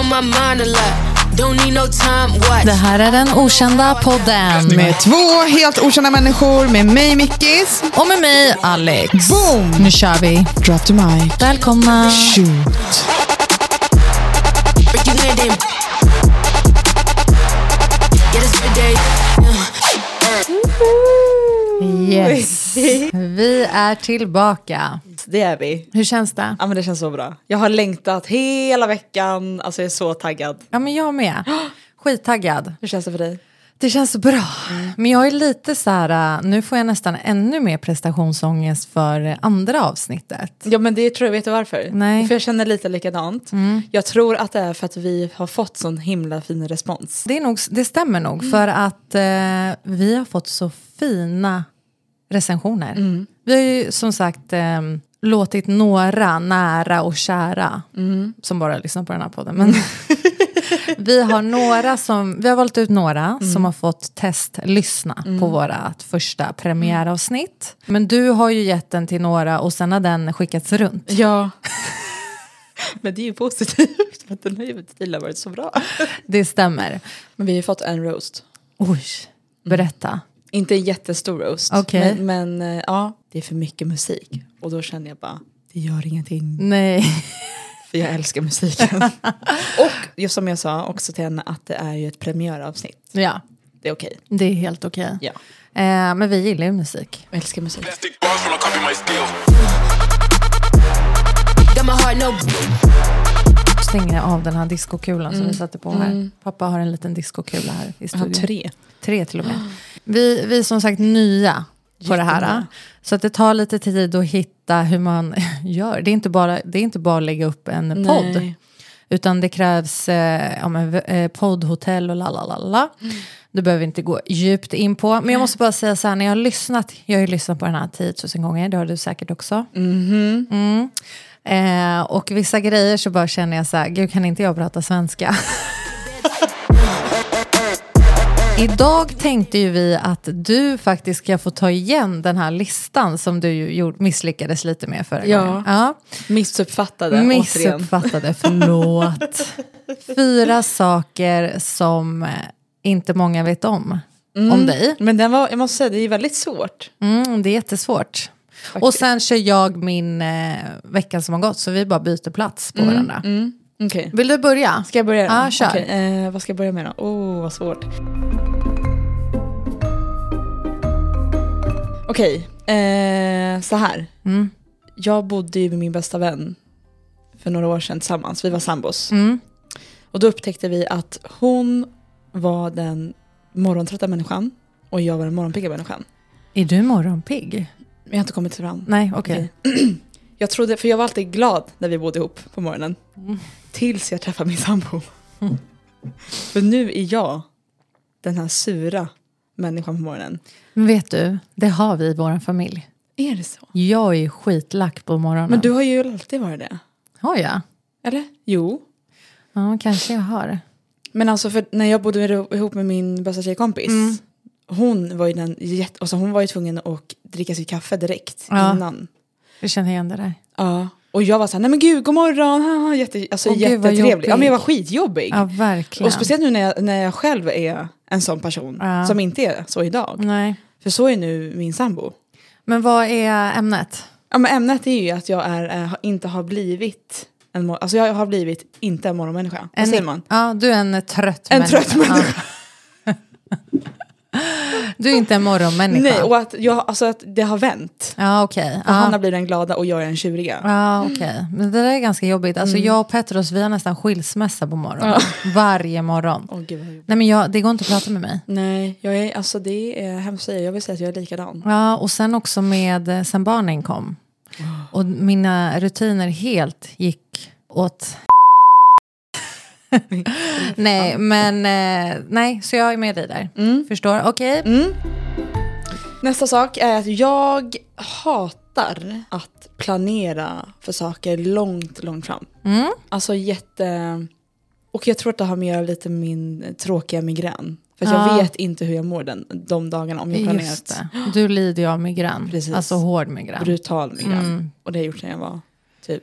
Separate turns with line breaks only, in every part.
on my mind a lot. Don't need no time watch.
Det här är den okända podden.
Med två helt okända människor, med mig Mickis.
Och med mig Alex.
Boom!
Nu kör vi.
Drop the mic.
Välkomna.
Shoot.
Break you in then. Get us for day.
Yes. Vi är tillbaka.
Det är vi.
Hur känns det?
Ja men det känns så bra. Jag har längtat hela veckan, alltså jag är så taggad.
Ja, men jag med. Skittaggad.
Hur känns det för dig?
Det känns bra. Men jag är lite så här, äh, nu får jag nästan ännu mer prestationsångest för äh, andra avsnittet.
Ja men det tror jag, vet du varför?
Nej.
För jag känner lite likadant. Jag tror att det är för att vi har fått sån himla fin respons.
Det, är nog, det stämmer nog, för att eh, vi har fått så fina recensioner. Vi har ju som sagt eh, låtit några nära och kära, som bara lyssnar på den här podden, men vi har, några som, vi har valt ut några som har fått testlyssna på vårat första premiäravsnitt. Men du har ju gett den till några och sen har den skickats runt.
Ja. men det är ju positivt för att den har ju tydligen varit så bra.
Det stämmer.
Men vi har ju fått en roast.
Oj, Mm. berätta.
Inte en jättestor roast.
Okej.
Men, men eh, ja, det är för mycket musik. Och då känner jag bara, det gör ingenting.
Nej.
För jag älskar musiken. och just som jag sa också till henne att det är ju ett premiäravsnitt.
Ja,
Det är okej.
det är helt okej.
Ja.
Eh, men vi gillar ju musik.
Jag älskar musik.
Plastic bars when I copy my steel.
Got my heart no.
Stänger av den här diskokulan som vi satte på här. Pappa har en liten diskokula här i
Jag har
studion.
tre.
Tre till och med. Vi, vi är som sagt nya på det här. Så att det tar lite tid att hitta hur man gör. Det är inte bara, det är inte bara att lägga upp en podd. Utan det krävs eh, ja, men, eh, poddhotell och lalalala. Mm. Det behöver vi inte gå djupt in på. Men jag måste bara säga så här, när jag har lyssnat, jag har ju lyssnat på den här 10 000 gånger, det har du säkert också. Mm. Eh, och vissa grejer så bara känner jag så här, gud kan inte jag prata svenska? Idag tänkte ju vi att du faktiskt ska få ta igen den här listan som du ju gjorde- misslyckades lite med förra
Ja.
gången. Ja.
Missuppfattade återigen.
Missuppfattade, förlåt. Fyra saker som eh, inte många vet om, om dig.
Men den var, jag måste säga, det är ju väldigt svårt.
Mm, det är jättesvårt. Och sen kör jag min eh, veckan som har gått, så vi bara byter plats på varandra.
Okej.
Mm, Vill du börja?
Ska jag börja då?
Ja, kör.
Okej, eh, vad ska jag börja med då? Åh, oh, vad svårt. Okej, eh, så här.
Mm.
Jag bodde ju med min bästa vän för några år sedan tillsammans. Vi var sambos.
Mm.
Och då upptäckte vi att hon var den morgontrötta människan och jag var den morgonpigga människan.
Är du morgonpigg?
Men jag har inte kommit fram.
Nej, okej.
Jag trodde, för jag var alltid glad när vi bodde ihop på morgonen.
Mm.
Tills jag träffade min sambo. För nu är jag den här sura människan på morgonen.
Men vet du, det har vi i vår familj.
Är det så?
Jag är skitlack på morgonen.
Men du har ju alltid varit det.
Har jag?
Eller? Jo.
Ja, kanske jag har.
Men alltså för när jag bodde med- ihop med min bästa tjejkompis.
Mm.
Hon var ju den jätte, alltså hon var ju tvungen att dricka sitt kaffe direkt
Ja.
innan.
Jag känner igen det där.
Ja. Och jag var såhär, nej men gud, god morgon, haha, jätte, alltså
Åh, gud, vad
jättetrevlig. ja men jag var
jobbig.
skitjobbig.
Ja, verkligen.
Och speciellt nu när jag, när jag själv är en sån person
Ja.
som inte är så idag.
Nej.
För så är nu min sambo.
Men vad är ämnet?
Ja, men ämnet är ju att jag är, eh, inte har blivit en mor- alltså jag har blivit inte en morgonmänniska. Vad säger man?
Ja, du är en trött
En
människa.
trött människa.
Ja. Du är inte en morgonmänniska.
Nej, och att, jag, alltså att det har vänt.
Ja, okej.
Och Hanna
Ja.
blir den glada och jag är den tjuriga.
Ja, okej. Men det där är ganska jobbigt. Alltså,
Mm.
Jag och Petros, vi har nästan skilsmässa på morgonen. Varje morgon.
Åh, gud, vad jobbigt.
Nej, men jag, det går inte att prata med mig.
Nej, jag är, alltså det är hemskt att säga. Jag vill säga att jag är likadan.
Ja, och sen också med eh, sen barnen kom. Och mina rutiner helt gick åt... nej, men eh, nej, så jag är med dig där. Förstår, okej.
Mm. Nästa sak är att jag hatar att planera för saker långt, långt fram.
Mm.
Alltså jätte... Och jag tror att det har mer lite min tråkiga migrän. För att jag vet inte hur jag mår den, de dagarna om jag
Just
planerat.
det. Du lider ju av migrän,
Precis.
alltså hård migrän.
Brutal migrän. Och det har jag gjort sedan jag var typ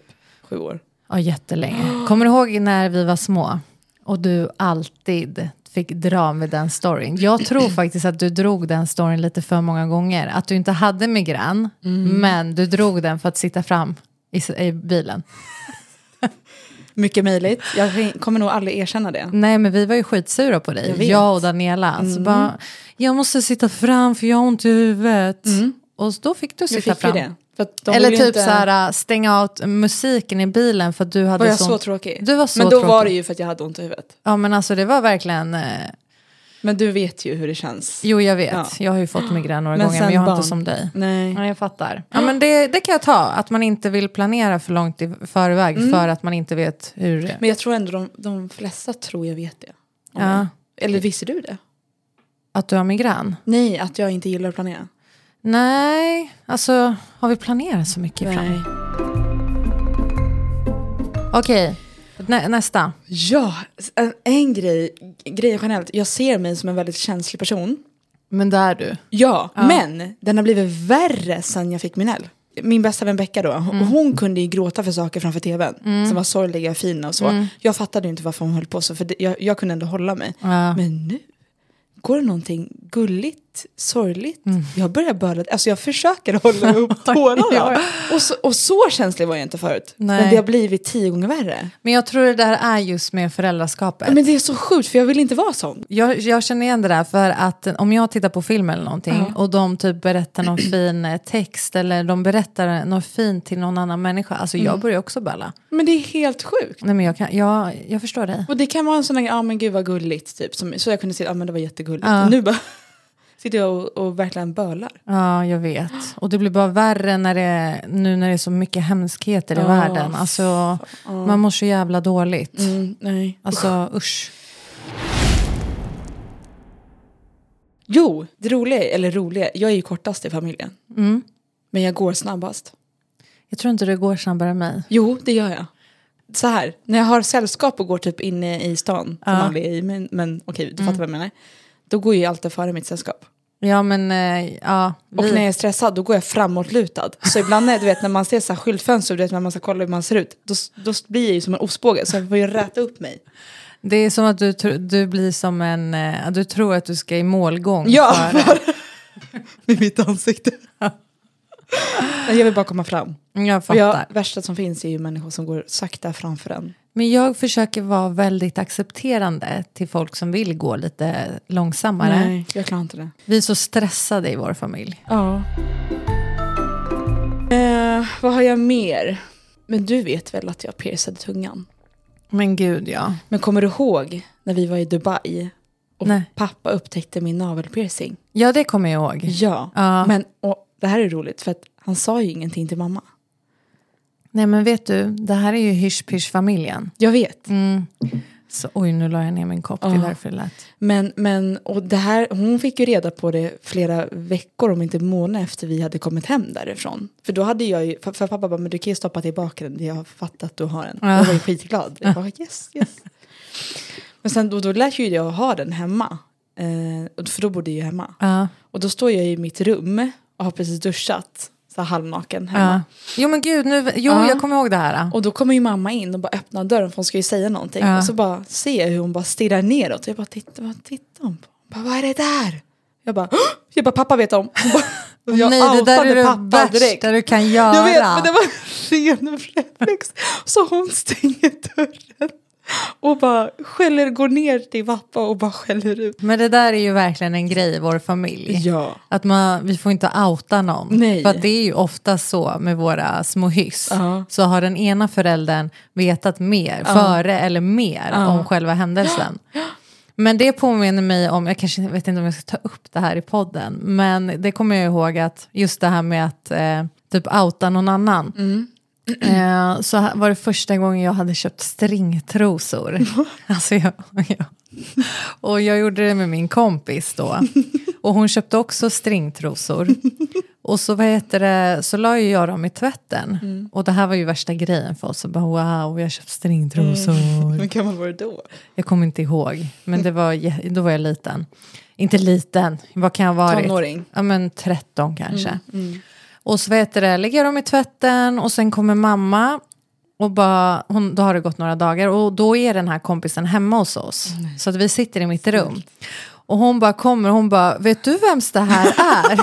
sju år.
Ja, jättelänge. Kommer du ihåg när vi var små? Och du alltid fick dra med den storyn. Jag tror faktiskt att du drog den storyn lite för många gånger. Att du inte hade migrän,
Mm.
men du drog den för att sitta fram i, s- i bilen.
Mycket möjligt. Jag kommer nog aldrig erkänna det.
Nej, men vi var ju skitsura på dig,
Jag
jag,
vet. Mm.
och Daniela. Så bara, jag måste sitta fram för jag har ont i huvudet. Och då fick du
Mm. Jag
sitta
fick ju
fram.
det. För att de
Eller
vill ju
typ
inte-
så här, stänga ut musiken i bilen för att du hade
Var jag
sån-
så tråkig?
Du var så
Men då var det
tråkig.
ju för att jag hade ont i huvudet.
Ja men alltså det var verkligen, eh,
Men du vet ju hur det känns.
jo jag vet,
Ja.
jag har ju fått migrän några
Men
gånger
sen
men jag har
barn.
inte som dig.
Nej.
Ja, jag fattar. Ja, men det, det kan jag ta, att man inte vill planera för långt i förväg för att man inte vet hur...
Men jag tror ändå de, de flesta tror jag vet det. Om
Ja,
jag- Eller visste du det?
att du har migrän.
Nej, att jag inte gillar att planera.
Nej, alltså har vi planerat så mycket fram? Okej, nä, nästa.
Ja, en, en grej, grej generellt. Jag ser mig som en väldigt känslig person.
Men där du.
Ja, men den har blivit värre sen jag fick min L. Min bästa vän Becka då, och hon kunde ju gråta för saker framför tvn som var sorgliga och fina och så. Jag fattade ju inte varför hon höll på så, för det, jag, jag kunde ändå hålla mig.
Ja.
Men nu går det någonting gulligt, sorgligt. Jag börjar börja, alltså jag försöker hålla upp tårarna. och, så, och så känslig var jag inte förut. Men
Nej.
det har blivit tio gånger värre.
Men jag tror det där är just med föräldraskapet.
Men det är så sjukt, för jag vill inte vara sån.
Jag, jag känner igen det där för att om jag tittar på film eller någonting och de typ berättar någon fin eh, text eller de berättar något fint till någon annan människa, alltså jag börjar också böla.
Men det är helt sjukt.
Nej men jag, kan, jag, jag förstår dig.
Och det kan vara en sån där, ja ah, men gud vad gulligt, typ. Som, så jag kunde säga, ja ah, men det var jättegulligt.
Ja.
Och nu bara sitter jag och, och verkligen bölar.
Ja, jag vet. Och det blir bara värre när det, nu när det är så mycket hemskheter i
Ja,
världen. Alltså, man mår så jävla dåligt.
Mm. nej.
Alltså usch.
Jo, det roliga, är- eller roliga, jag är ju kortast i familjen.
Mm.
Men jag går snabbast.
Jag tror inte det går snabbare än mig.
Jo, det gör jag. Så här, när jag har sällskap och går typ inne i stan, som
Ja. Mm.
aldrig är i, men, men okej, du fattar vad jag menar. Då går jag ju alltid före mitt sällskap.
Ja men eh, ja.
Och
vi-
när jag är stressad då går jag framåtlutad. Så ibland när, du vet, när man ser så här skyltfönster, du vet, när man ska kolla hur man ser ut, då, då blir jag ju som en ostbåge så jag får ju räta upp mig.
Det är som att du, tr- du blir som en, eh, du tror att du ska i målgång.
Ja,
före.
för, med mitt ansikte. Nej, jag vill bara komma fram.
Mm, jag
Och
fattar.
jag, värsta som finns är ju människor som går sakta framför en.
Men jag försöker vara väldigt accepterande till folk som vill gå lite långsammare.
jag klarar inte det.
Vi är så stressade i vår familj.
Ja. Eh, vad har jag mer? Men du vet väl att jag piercade tungan?
Men gud ja.
Men kommer du ihåg när vi var i Dubai och
Nej.
pappa upptäckte min navelpiercing?
Ja det kommer jag ihåg.
Ja,
Ja.
men och, det här är roligt för att han sa ju ingenting till mamma.
Nej men vet du, det här är ju hysch-pysch-familjen.
Jag vet,
Så, oj nu la jag ner min kopp, det är därför det lät.
men, men och det här, hon fick ju reda på det flera veckor om inte månader efter vi hade kommit hem därifrån. För då hade jag ju, för, för pappa bara, men du kan ju stoppa tillbaka den, jag har fattat att du har en. Jag var ju skitglad, jag bara yes, yes. Men sen då, då lät ju jag ha den hemma, eh, och- för då bodde jag ju hemma.
Ja.
Och då står jag i mitt rum och har precis duschat, så här halvnaken hemma.
Ja. Jo men gud, nu, jo
Ja.
jag kommer ihåg det här.
Och då kommer ju mamma in och bara öppnar dörren för hon ska ju säga någonting.
Ja.
Och så bara ser jag hur hon bara stirrar neråt. Jag bara tittar, vad tittar hon på? Hon bara, vad är det där? Jag bara, "Åh!" jag bara pappa vet om. Hon bara, och jag
Nej det där
outade
är det
pappa direkt.
värsta du kan göra.
Jag vet, men det var ren reflex. Så hon stänger dörren och bara skäller, går ner till pappa och bara skäller ut.
Men det där är ju verkligen en grej i vår familj.
Ja.
Att man, vi får inte outa någon.
Nej.
För att det är ju ofta så med våra små hyss.
Ja.
Så har den ena föräldern vetat mer, före eller mer, om själva händelsen. Men det påminner mig om, jag kanske vet inte om jag ska ta upp det här i podden, men det kommer jag ihåg att just det här med att eh, typ outa någon annan.
Mm.
Eh, så här var det första gången jag hade köpt stringtrosor. alltså jag, jag, och jag gjorde det med min kompis då. Och hon köpte också stringtrosor. Och så, vad heter det, så la ju jag dem i tvätten. Och det här var ju värsta grejen för oss. Så bara, wow, jag har köpt stringtrosor.
Hur gammal var du då?
Jag kommer inte ihåg, men det var, jä- då var jag liten. Inte liten, vad kan jag ha varit?
Tonåring.
Ja, men 13 kanske. Och så vad heter det, lägger jag dem i tvätten och sen kommer mamma Och bara, hon, då har det gått några dagar och då är den här kompisen hemma hos oss. Så att vi sitter i mitt rum. Och hon bara kommer och hon bara, vet du vems det här är?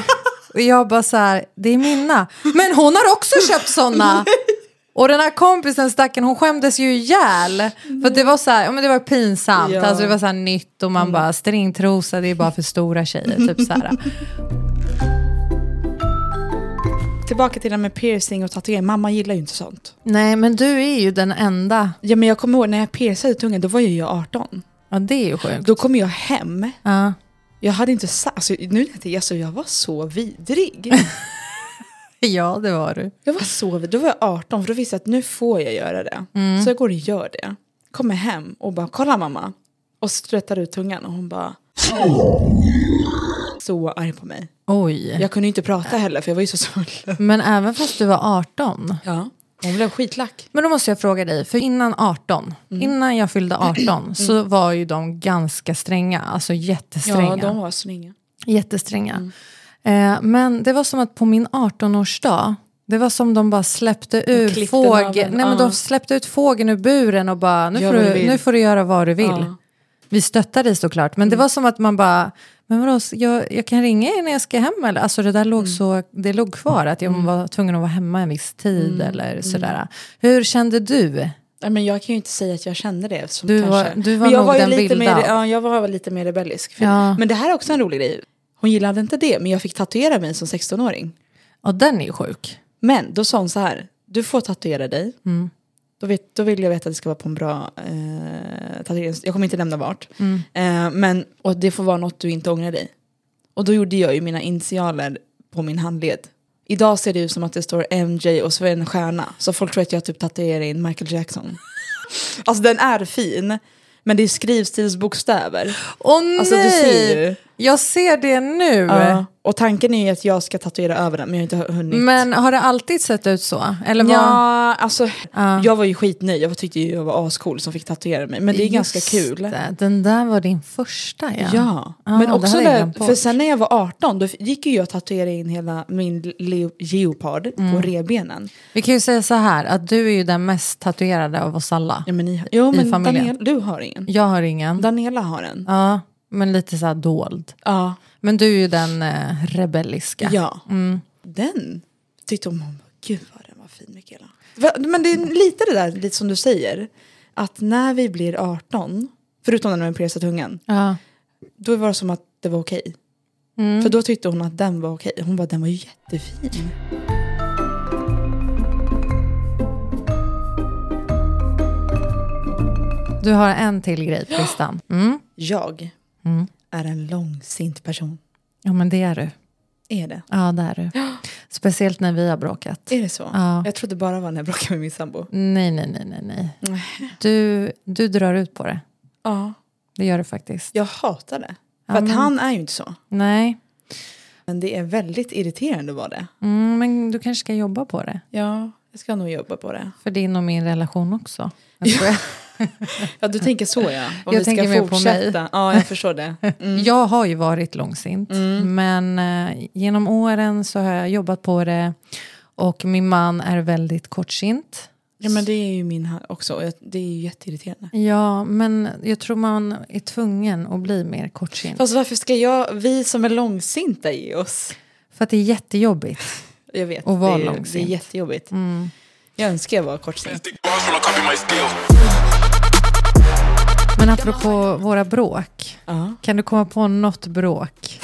och jag bara så här, det är Minna. Men hon har också köpt sådana! Och den här kompisen stacken, hon skämdes ju ihjäl. För att det var så här, ja, men det var pinsamt,
Ja.
alltså det var så här nytt och man bara stringtrosa, det är bara för stora tjejer. Typ så här.
Tillbaka till det där med piercing och tatuering. Mamma gillar ju inte sånt.
Nej men du är ju den enda,
Ja, men jag kommer ihåg när jag piercade tungan, då var ju jag 18.
ja det är ju sjukt.
Då kom jag hem.
Ja.
Jag hade inte sagt, alltså, nu när jag alltså, jag var så vidrig.
Ja det var du.
Jag var så vidrig, då var jag 18 för då visste jag att nu får jag göra det. Så jag går och gör det. Kommer hem och bara, kolla mamma. Och ströttar ut tungan och hon bara... Så arg på mig.
Oj.
Jag kunde ju inte prata heller för jag var ju så svullen.
Men även fast du var 18.
Ja. Hon blev skitlack.
Men då måste jag fråga dig, för innan 18, innan jag fyllde 18 så var ju de ganska stränga, alltså jättestränga.
Ja, de var snygga.
Jättestränga.
Mm.
Eh, men det var som att på min 18-årsdag, det var som de bara släppte ut
klippte
fågeln.
naveln,
Nej men
ja.
de släppte ut fågeln ur buren och bara, nu,
Gör
får
vad
du,
du vill.
nu får du göra vad du vill.
Ja. Mm.
Vi stöttade dig såklart, men det var som att man bara, men vadå, jag, jag kan ringa er när jag ska hem eller? Alltså det där
Mm.
låg så, det låg kvar att jag var tvungen att vara hemma en viss tid
Mm.
eller sådär. Hur kände du?
Nej, men jag kan ju inte säga att jag kände det. Som
Du
kanske.
var- du var
men jag
nog
var ju
den
lite mer,
vilda.
ja, Jag var väl lite mer rebellisk. För-
Ja.
Men det här är också en rolig grej. Hon gillade inte det, men jag fick tatuera mig som 16-åring.
Ja den är ju sjuk.
Men då sa hon så här, du får tatuera dig. Då, vet, då vill jag veta att det ska vara på en bra eh, tatuering. Jag kommer inte nämna vart. Eh, men, och det får vara något du inte ångrar dig. Och då gjorde jag ju mina initialer på min handled. Idag ser det ut som att det står MJ och så är det en stjärna. Så folk tror att jag typ tatuerar in Michael Jackson. alltså den är fin, men det är skrivstilsbokstäver.
Åh nej!
Alltså, du ser ju.
Jag ser det nu.
Ja. Och tanken är ju att jag ska tatuera över den, men jag har inte hunnit.
Men har det alltid sett ut så? Eller vad?
Ja, alltså jag var ju skitnöjd. Jag tyckte ju jag var ascool som fick tatuera mig. Men det är ganska
Just
kul.
det. Den där var din första ja.
Ja,
Ah,
men
det
också
hade jag
där,
glömt bort.
för sen när jag var 18 då gick ju jag och tatuerade in hela min leo, leopard på rebenen.
Vi kan ju säga så här att du är ju den mest tatuerade av oss alla.
Ja, men ni, jo men
familjen.
Daniel, du har ingen.
Jag har ingen.
Daniela har en.
Ja, men lite så här dold.
Ja.
Men du är ju den eh, rebelliska.
ja. Mm. Den tyckte hon om. Gud vad den var fin Mikaela. Va- Men det är lite det där lite som du säger. Att när vi blir 18, förutom när man piercar tungan,
Ja.
då var det som att det var okej. För då tyckte hon att den var okej. Hon bara, den var jättefin.
Du har en till grej på listan. Mm.
Jag är en långsint person.
Ja, men det är du.
Är det?
Ja, det är du. Speciellt när vi har bråkat.
Är det så?
Ja.
Jag trodde bara det var när jag bråkade med min sambo.
Nej, nej, nej, nej, nej. Du, du drar ut på det.
Ja.
Det gör du faktiskt.
Jag hatar det. För
Ja,
att
men-
han är ju inte så.
Nej,
Men det är väldigt irriterande var det.
mm, men du kanske ska jobba på det.
Ja, jag ska nog jobba på det.
För din och min relation också. Jag skojar.
Ja, du tänker så ja. Om
Jag
vi
tänker
ska
mer på
fortsätta. Ja, jag förstår det.
Jag har ju varit långsint,
Mm.
men eh, genom åren så har jag jobbat på det och min man är väldigt kortsint.
Ja, men det är ju min ha- också. och jag- Det är ju jätteirriterande.
Ja, men jag tror man är tvungen att bli mer kortsint.
Fast varför ska jag, vi som är långsinta i oss?
För att det är jättejobbigt.
Jag vet,
Och vara
det, är, det är
långsint. Mm.
jättejobbigt. Jag önskar jag var kortsint.
Stick bars when I copy my skill.
Men apropå våra bråk,
Ja.
kan du komma på något bråk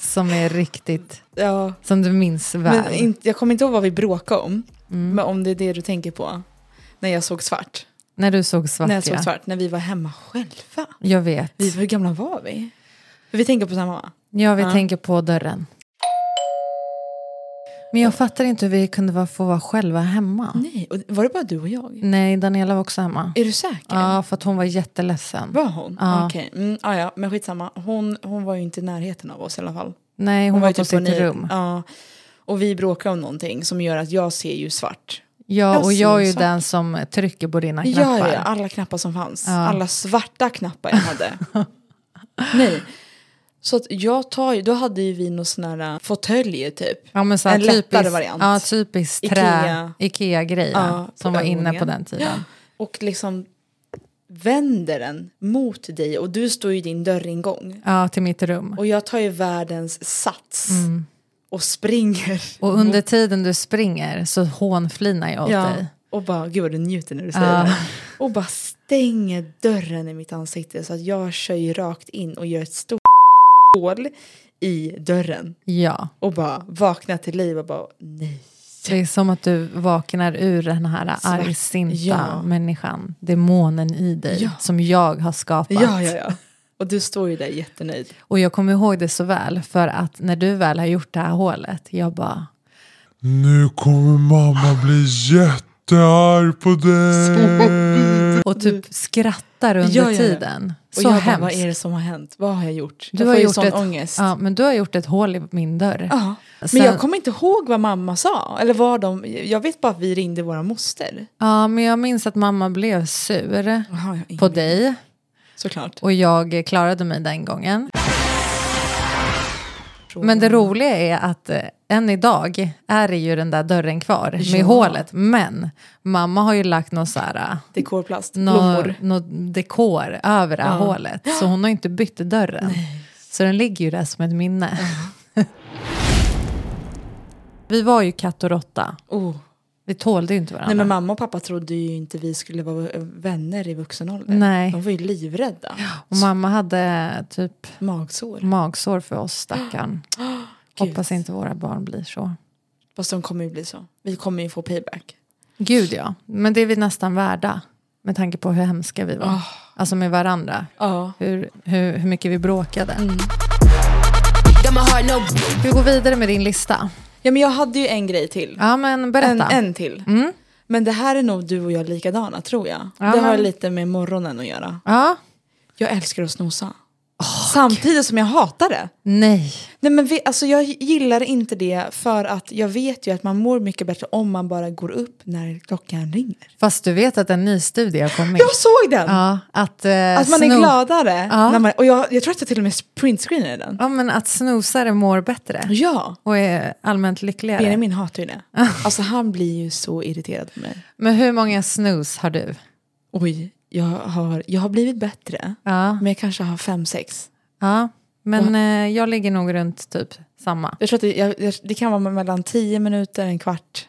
som är riktigt,
Ja.
som du minns
Men
väl? Mm.
inte, jag kommer inte ihåg vad vi bråkade om, men om det är det du tänker på. När jag såg svart.
när du såg svart,
när jag såg
ja.
svart, när vi var hemma själva.
Jag vet.
Vi, hur gamla var vi? Vi tänker på samma va?
Ja, vi
Ja.
tänker på dörren. Men jag fattar inte hur vi kunde vara, få vara själva hemma. Nej,
Nej, och var det bara du och jag?
Daniela var också hemma.
Är du säker?
Mm. Ja, för att hon var jätteledsen.
Var hon?
Ja.
Okej, mm, ja, ja, men skitsamma. Hon, hon var ju inte i närheten av oss i alla fall. Hon,
Nej, hon, var,
ju
på
typ
sitt
ni-
rum. Ja,
Ja, och vi bråkade om någonting som gör att jag ser ju svart. Jag
och jag är
ser
ju
svart.
den som trycker på dina knappar.
Ja, ja, alla knappar som fanns. Alla svarta knappar jag hade. Nej. Så att jag tar ju, då hade ju vi någon sån här äh, fåtölj typ.
Ja, men så här
En lättare variant.
Ja, typ- typisk trä,
Ikea.
Ikea-grej
Ja,
ja,
på
som var inne
övervåningen.
på den tiden.
Och liksom vänder den mot dig och du står ju i din dörringång.
Ja, till mitt rum.
Och jag tar ju världens sats
Mm.
och springer.
Och under tiden du springer så hånflinar jag åt dig.
Och bara, gud vad du njuter när du säger
Ja.
det. Och bara stänger dörren i mitt ansikte så att jag kör ju rakt in och gör ett stort hål i dörren.
Ja,
Och bara vaknar till liv och bara, nej.
det är som att du vaknar ur den här
Svart-
argsinta
ja.
människan, demonen i dig
Ja.
som jag har skapat.
Ja, ja, ja. Och du står ju där jättenöjd.
Och jag kommer ihåg det så väl för att när du väl har gjort det här hålet, jag bara
Nu kommer mamma bli jättearg på dig.
och typ skrattar under
Mm. Ja, ja, ja.
tiden. Så
Och jag
hemskt.
bara, vad är det som har hänt? Vad har jag gjort?
Du
jag
har
får ju
gjort
sån
ett,
ångest.
Ja, men du har gjort ett hål i min dörr.
Ja.
Sen-
Men jag kommer inte ihåg vad mamma sa. Eller vad de, jag vet bara att vi ringde våra moster.
Ja, men jag minns att mamma blev sur
Jaha, jag har
på
ingen-
dig
Såklart.
och jag klarade mig den gången. Men det roliga är att eh, än idag är det ju den där dörren kvar med hålet. Men mamma har ju lagt någon så här, eh,
Dekorplast,
nå,
blommor.
nå dekor över det här hålet. Så hon har ju inte bytt dörren. Så den ligger ju där som ett minne. vi var ju katt och råtta.
Oh.
Vi tålde ju inte varandra.
Nej men mamma och pappa trodde ju inte vi skulle vara vänner i vuxen ålder.
Nej.
De var ju livrädda.
och mamma hade typ
Magsår.
magsår för oss stackarn. Hoppas inte våra barn blir så.
Fast de kommer ju bli så. Vi kommer ju få payback.
Gud ja, men det är vi nästan värda. Med tanke på hur hemska vi var.
Ah.
Alltså med varandra.
Ja.
Hur, hur, hur mycket vi bråkade.
Mm.
Got my heart no
Ska vi gå vidare med din lista?
Ja men jag hade ju en grej till.
Ja men
En,
berätta. Mm.
en till. Men det här är nog du och jag likadana tror jag. det har
men-
lite med morgonen att göra.
Ja?
Jag älskar att snosa. Samtidigt som jag hatar det.
Nej.
Nej, men vi, alltså jag gillar inte det för att jag vet ju att man mår mycket bättre om man bara går upp när klockan ringer.
Fast du vet att en ny studie har kommit.
Jag såg den!
Ja, att, eh,
Att man är
sno-
gladare.
Ja.
När man, och jag, jag tror att jag till och med printscreenade den.
Ja men att snosare mår bättre.
Ja,
Och är allmänt lyckligare.
Benjamin hatar ju det. Alltså han blir ju så irriterad på mig.
Men hur många snus har du?
Oj, jag har, jag har blivit bättre.
Ja.
Men jag kanske har fem, sex.
Ja, men eh, jag ligger nog runt typ samma.
Jag tror att det, jag, jag, det kan vara mellan tio minuter, en kvart.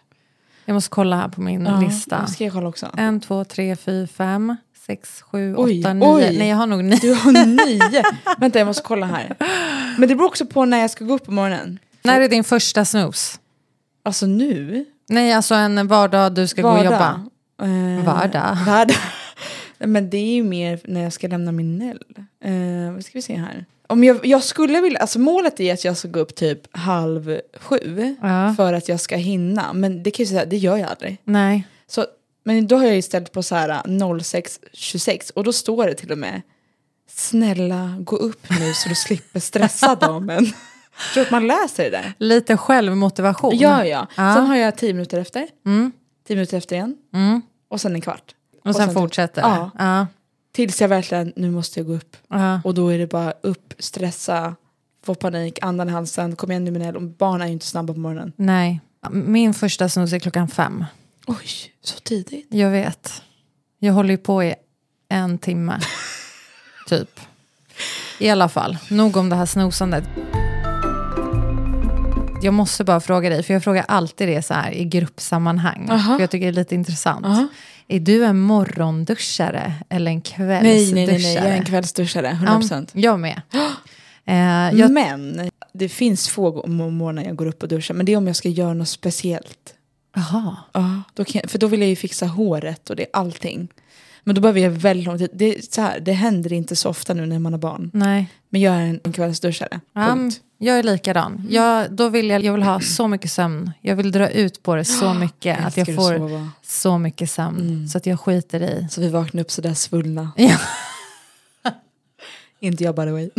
Jag måste kolla här på min lista.
Ja, ska jag kolla också.
En, två, tre, fyra, fem, sex, sju,
Oj,
åtta, nio.
oj.
Nej, jag har nog nio.
Du har nio. Vänta, jag måste kolla här. Men det beror också på när jag ska gå upp på morgonen.
När är din första snus?
Alltså nu?
Nej, alltså en vardag du ska gå och jobba.
Eh,
Vardag.
vardag. Nej, Men det är ju mer när jag ska lämna min Nell. Eh, vad ska vi se här? Om jag, jag skulle vilja, alltså målet är att jag ska gå upp typ halv sju
Ja.
för att jag ska hinna. Men det kan jag säga, det gör jag aldrig.
Nej.
Så, men då har jag ju ställt på så här eh, 06.26 och då står det till och med snälla gå upp nu så du slipper stressa damen. Tror du att man läser det där?
Lite självmotivation.
Ja, ja.
Ja. Mm.
Sen har jag tio minuter efter, tio minuter efter igen och sen en kvart.
Och sen
typ-
fortsätter.
Ja,
Ja.
tills jag verkligen, nu måste jag gå upp.
Ja.
Och då är det bara upp, stressa, få panik, andan i halsen, kom igen nu Minell, och barn är ju inte snabba på morgonen.
Nej. Min första snus är klockan fem.
Oj, så tidigt.
Jag vet. Jag håller ju på i en timme. typ. I alla fall, nog om det här snosandet. Jag måste bara fråga dig, för jag frågar alltid det så här i gruppsammanhang. För jag tycker det är lite intressant. Är du en morgonduschare eller en kvällsduschare?
Nej, nej, nej, nej, jag är en kvällsduschare, 100%. procent.
Ja, jag med. Eh, jag,
Mm. Men det finns få gå- må- morgnar jag går upp och duschar, men det är om jag ska göra något speciellt.
aha.
Ja. Då kan jag, för då vill jag ju fixa håret och det, allting. Men då behöver jag väldigt lång tid. Det, är så här, det händer inte så ofta nu när man har barn.
Nej.
Men jag är en, en kvällsduschare.
Ja, mm,
Punkt.
jag är likadan. Jag, då vill jag, jag vill ha så mycket sömn. Jag vill dra ut på det så mycket att jag
älskar att
får
sova.
så mycket sömn. Så att jag skiter i.
Så vi vaknar upp sådär svullna.
Ja.
Inte jag by the way.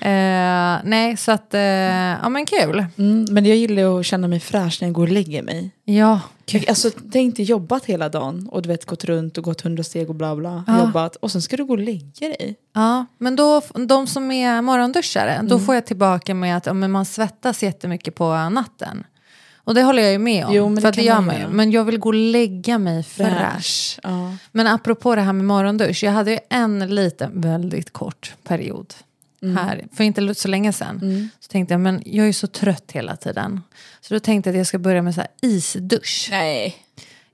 Eh, nej, så att, eh, ja men kul.
Mm, men jag gillar ju att känna mig fräsch när jag går och lägger mig.
Ja,
Jag, alltså, tänk dig jobbat hela dagen och du vet gått runt och gått hundra steg och bla bla.
Ja.
Jobbat. Och sen ska du gå och lägga dig.
Ja, men då, de som är morgonduschare, då får jag tillbaka med att ja, men man svettas jättemycket på natten. Och det håller jag ju med om,
Jo, men
för
det
att det
kan
gör
man
man ju.
göra.
Men jag vill gå och lägga mig fräsch.
Ja.
Men apropå det här med morgondusch, jag hade ju en liten, väldigt kort period här, för inte så länge sedan. Så tänkte jag, men jag är ju så trött hela tiden. Så då tänkte jag att jag ska börja med så här isdusch.
Nej.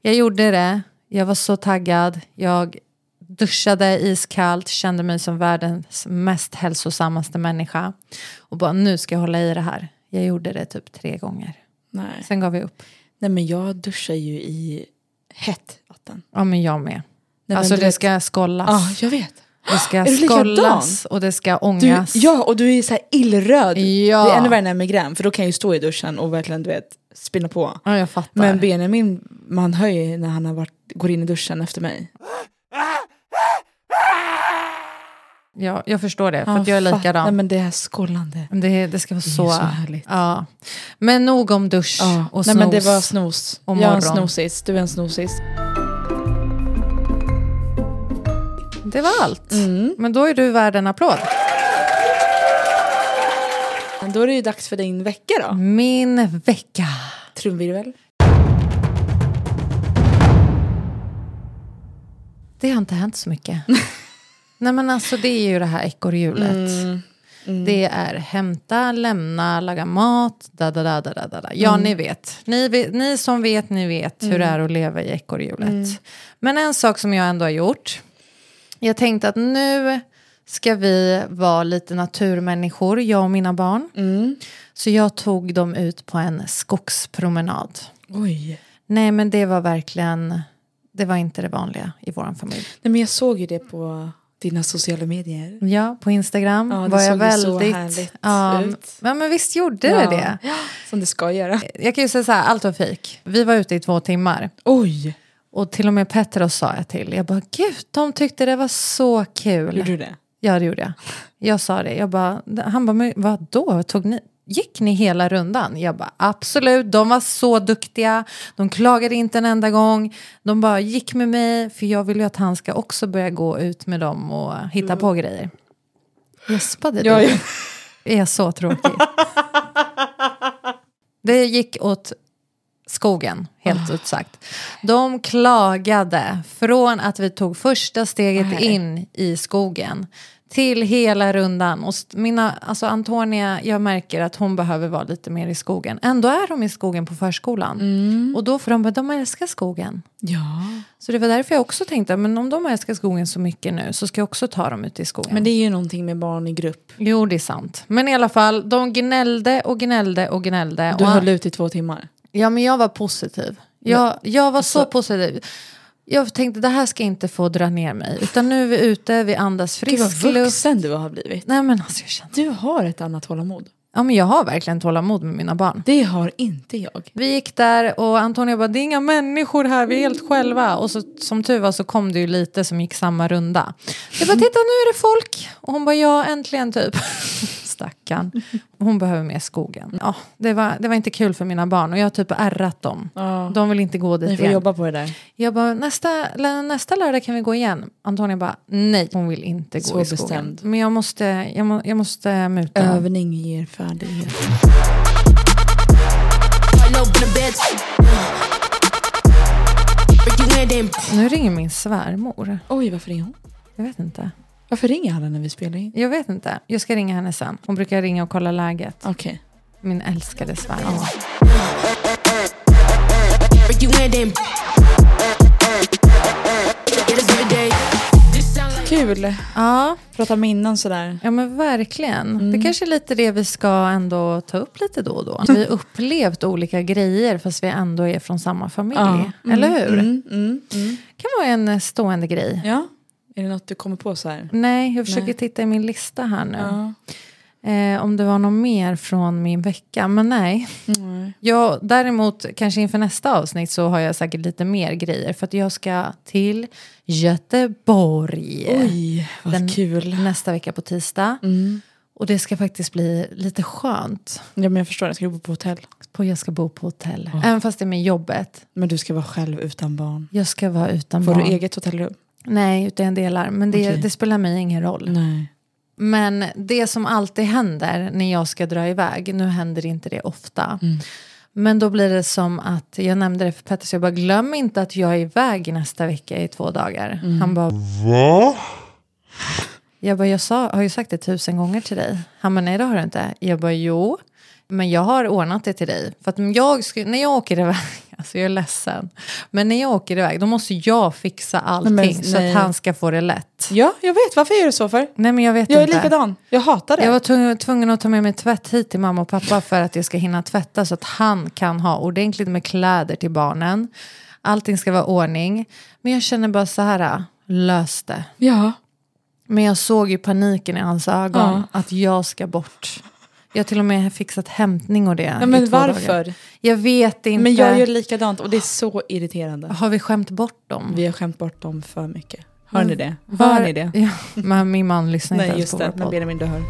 Jag gjorde det, jag var så taggad, jag duschade iskallt, kände mig som världens mest hälsosammaste människa. Och bara nu ska jag hålla i det här. Jag gjorde det typ tre gånger.
Nej.
Sen gav jag upp.
Nej men jag duschar ju i hett vatten.
Ja men jag med.
men
alltså
du
det
vet-
ska
Ah.
skollas.
Ja, jag vet.
Det ska
du likadan?
skollas och det ska
Du,
ångas.
ja, och du är så här illröd.
Ja.
Det är ännu värre när jag har migrän, för då kan jag ju stå i duschen och verkligen du vet, spinna på.
ja, jag fattar.
Men Benjamin, man hör ju när han har varit, går in i duschen efter mig.
ja, jag förstår det, för
Ja,
att jag är
fatt- Ah, Nej
likadan.
men det här skållande.
Det, det ska vara så...
så härligt.
Ja. Men nog om dusch
Ja.
och
Nej
snus.
men det var snos.
och
Jag är en
morgon.
snosis, du är en snosis.
Det var allt.
Mm.
Men då är du värd en applåd.
Men Då är det ju dags för din vecka
Mm.
då.
Min vecka.
Trumvirvel.
Det har inte hänt så mycket. Nej men alltså det är ju det här ekorrhjulet. Det är hämta, lämna, laga mat, da da da da da da. da. Ja ni vet. Ni, vet- ni som vet, ni vet hur det är att leva i ekorrhjulet. Men en sak som jag ändå har gjort. Jag tänkte att nu ska vi vara lite naturmänniskor, jag och mina barn. Så jag tog dem ut på en skogspromenad.
Oj.
Nej men det var verkligen, det var inte det vanliga i vår familj.
Nej men jag såg ju det på dina sociala medier.
Ja, på Instagram
Ja, det
var jag
såg ju så
väldigt...
härligt
ja,
ut.
ja, men visst gjorde
Ja.
det det.
Som det ska göra.
Jag kan ju säga så här, allt var fejk. Vi var ute i två timmar.
Oj.
Och till och med Petros sa jag till. Jag bara, gud, de tyckte det var så kul.
Gjorde du det?
Ja, det gjorde jag. Jag sa det. Jag bara, han bara, men vadå? Tog ni, gick ni hela rundan? Jag bara, absolut. De var så duktiga. De klagade inte en enda gång. De bara gick med mig, för jag vill ju att han ska också börja gå ut med dem och hitta på grejer. Gäspade du?
Mm. Ja, ja.
Är jag så tråkig? det gick åt skogen,
Ah.
helt ut sagt. De klagade från att vi tog första steget in i skogen till hela rundan. Och st- mina, alltså Antonia, jag märker att hon behöver vara lite mer i skogen. Ändå är de i skogen på förskolan.
Mm.
Och då får de bara, de älskar skogen.
Ja.
Så det var därför jag också tänkte, men om de älskar skogen så mycket nu så ska jag också ta dem ut i skogen.
Men det är ju någonting med barn i grupp.
Jo, det är sant. Men i alla fall, de gnällde och gnällde och gnällde.
Du
och
höll ut i två timmar.
Ja, men jag var positiv. Jag, jag var
Alltså-
så positiv. Jag tänkte, det här ska inte få dra ner mig. Utan nu är vi ute, vi andas
Gud vad
frisk luft.
vuxen du har blivit.
Nej, men alltså, jag, känner,
Du har ett annat tålamod.
ja, men jag har verkligen tålamod med mina barn.
Det har inte jag.
Vi gick där och Antonija bara, det är inga människor här, vi är helt själva. Och så, som tur var så kom det ju lite som gick samma runda. Jag bara, titta nu är det folk. Och hon bara, ja äntligen typ. Stackarn. Hon behöver mer skogen. Ja, det, var, det var inte kul för mina barn och jag har typ ärrat dem.
Ja.
De vill inte gå dit
Ni får
igen.
jobba på det där.
Jag bara, nästa, lä- nästa lördag kan vi gå igen. Antonija bara, nej hon vill inte gå
Så
i skogen.
bestämd.
Men jag måste, jag må, jag måste muta henne.
Övning ger färdighet.
Hardly open a bed. Break your window and-
Nu ringer min svärmor.
Oj, varför ringer hon?
Jag vet inte.
Varför ringer alla när vi spelar in?
Jag vet inte. Jag ska ringa henne sen. Hon brukar ringa och kolla läget.
Okej.
Min älskade svärmor.
break your window and- It is midday.
Kul!
Ja,
Prata minnen sådär.
ja men verkligen.
Mm.
Det kanske är lite det vi ska ändå ta upp lite då och då. Vi har upplevt olika grejer fast vi ändå är från samma familj.
Ja.
Eller hur?
Mm, mm, mm.
kan vara en eh, stående grej.
Ja. Är det något du kommer på så här?
Nej, jag försöker
Nej.
titta i min lista här nu.
Ja.
Eh, om det var något mer från min vecka, men nej.
Nej.
Jag, däremot, kanske inför nästa avsnitt så har jag säkert lite mer grejer. För att jag ska till Göteborg.
Oj, Mm. vad
Den-
kul.
nästa vecka på tisdag. Och det ska faktiskt bli lite skönt.
Ja, men jag förstår, jag ska bo på hotell.
På jag ska bo på hotell. Även fast det är med jobbet.
Men du ska vara själv utan barn.
Jag ska vara utan
Får
barn.
du eget hotellrum?
Nej, utan jag delar. Men det,
Okej.
det spelar mig ingen roll.
Nej.
Men det som alltid händer när jag ska dra iväg, nu händer inte det ofta.
Mm.
Men då blir det som att, jag nämnde det för Petter, så jag bara glöm inte att jag är iväg nästa vecka i två dagar.
Mm.
Han bara,
Va?
jag, bara, jag sa, har ju sagt det tusen gånger till dig. Han bara, nej det har du inte. Jag bara, jo. Men jag har ordnat det till dig. För att om jag, sku- när jag åker iväg, alltså jag är ledsen. Men när jag åker iväg då måste jag fixa allting
men
så att
nej.
han ska få det lätt.
Ja, jag vet. Varför gör du så för?
Nej men jag vet
Jag är
inte.
likadan. Jag hatar det.
Jag var tvungen, tvungen att ta med mig tvätt hit till mamma och pappa för att jag ska hinna tvätta så att han kan ha ordentligt med kläder till barnen. Allting ska vara ordning. Men jag känner bara så här, lös det.
Ja.
Men jag såg ju paniken i hans ögon att jag ska bort. Jag har till och med fixat hämtning och det.
Nej, men
i två
varför?
Dagar. Jag vet inte.
Men jag gör likadant och det är så irriterande.
Har vi skämt bort dem?
Vi har skämt bort dem för mycket. Hör ni det?
Var-
Hör ni det?
Ja, men min man lyssnar inte
Nej,
ens på
just
vår
det. Men
podd.
Benjamin, du hör.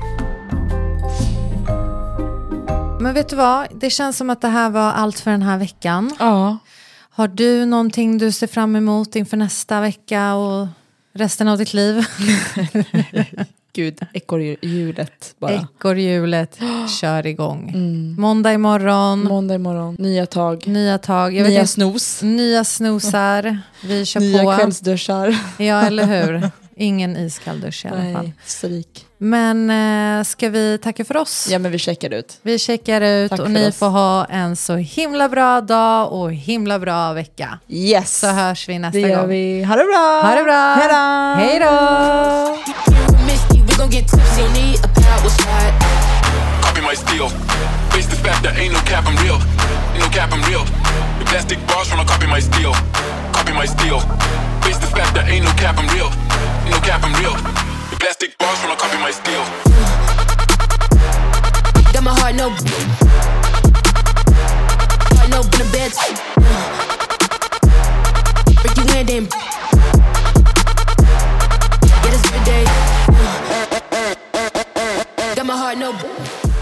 Men vet du vad? Det känns som att det här var allt för den här veckan.
Ja.
Har du någonting du ser fram emot inför nästa vecka och resten av ditt liv?
Gud, ekorrhjulet bara. Mm.
Ekorrhjulet kör igång. Måndag imorgon,
Måndag imorgon, nya tag,
nya tag. Mm. Jag vet
nya
inte,
snos,
nya snosar. Vi kör
nya
på.
kvällsduschar.
Ja, eller hur? Ingen iskall dusch i alla fall.
Nej, stryk.
Men eh, ska vi tacka för oss?
Ja, men vi checkar ut.
Vi checkar ut
Tack
och
för
ni
oss.
får ha en så himla bra dag och himla bra vecka.
Yes!
Så hörs vi nästa
det gör
gång.
vi. Ha det bra!
Ha det bra!
Hej då!
Hej då!
Misty, we gon' get tipsy. Don't need a power shot.
copy my steal. Face the fact that ain't no cap, I'm real. Ain't no cap, I'm real. The plastic bars from a copy my steal. Copy my steal. Face the fact that ain't no cap, I'm real. Ain't no cap, I'm real. The plastic bars from a copy my steal.
Got my heart no. Heart no in the bed. Break you in, then. Get us every day. Got my heart no. Heart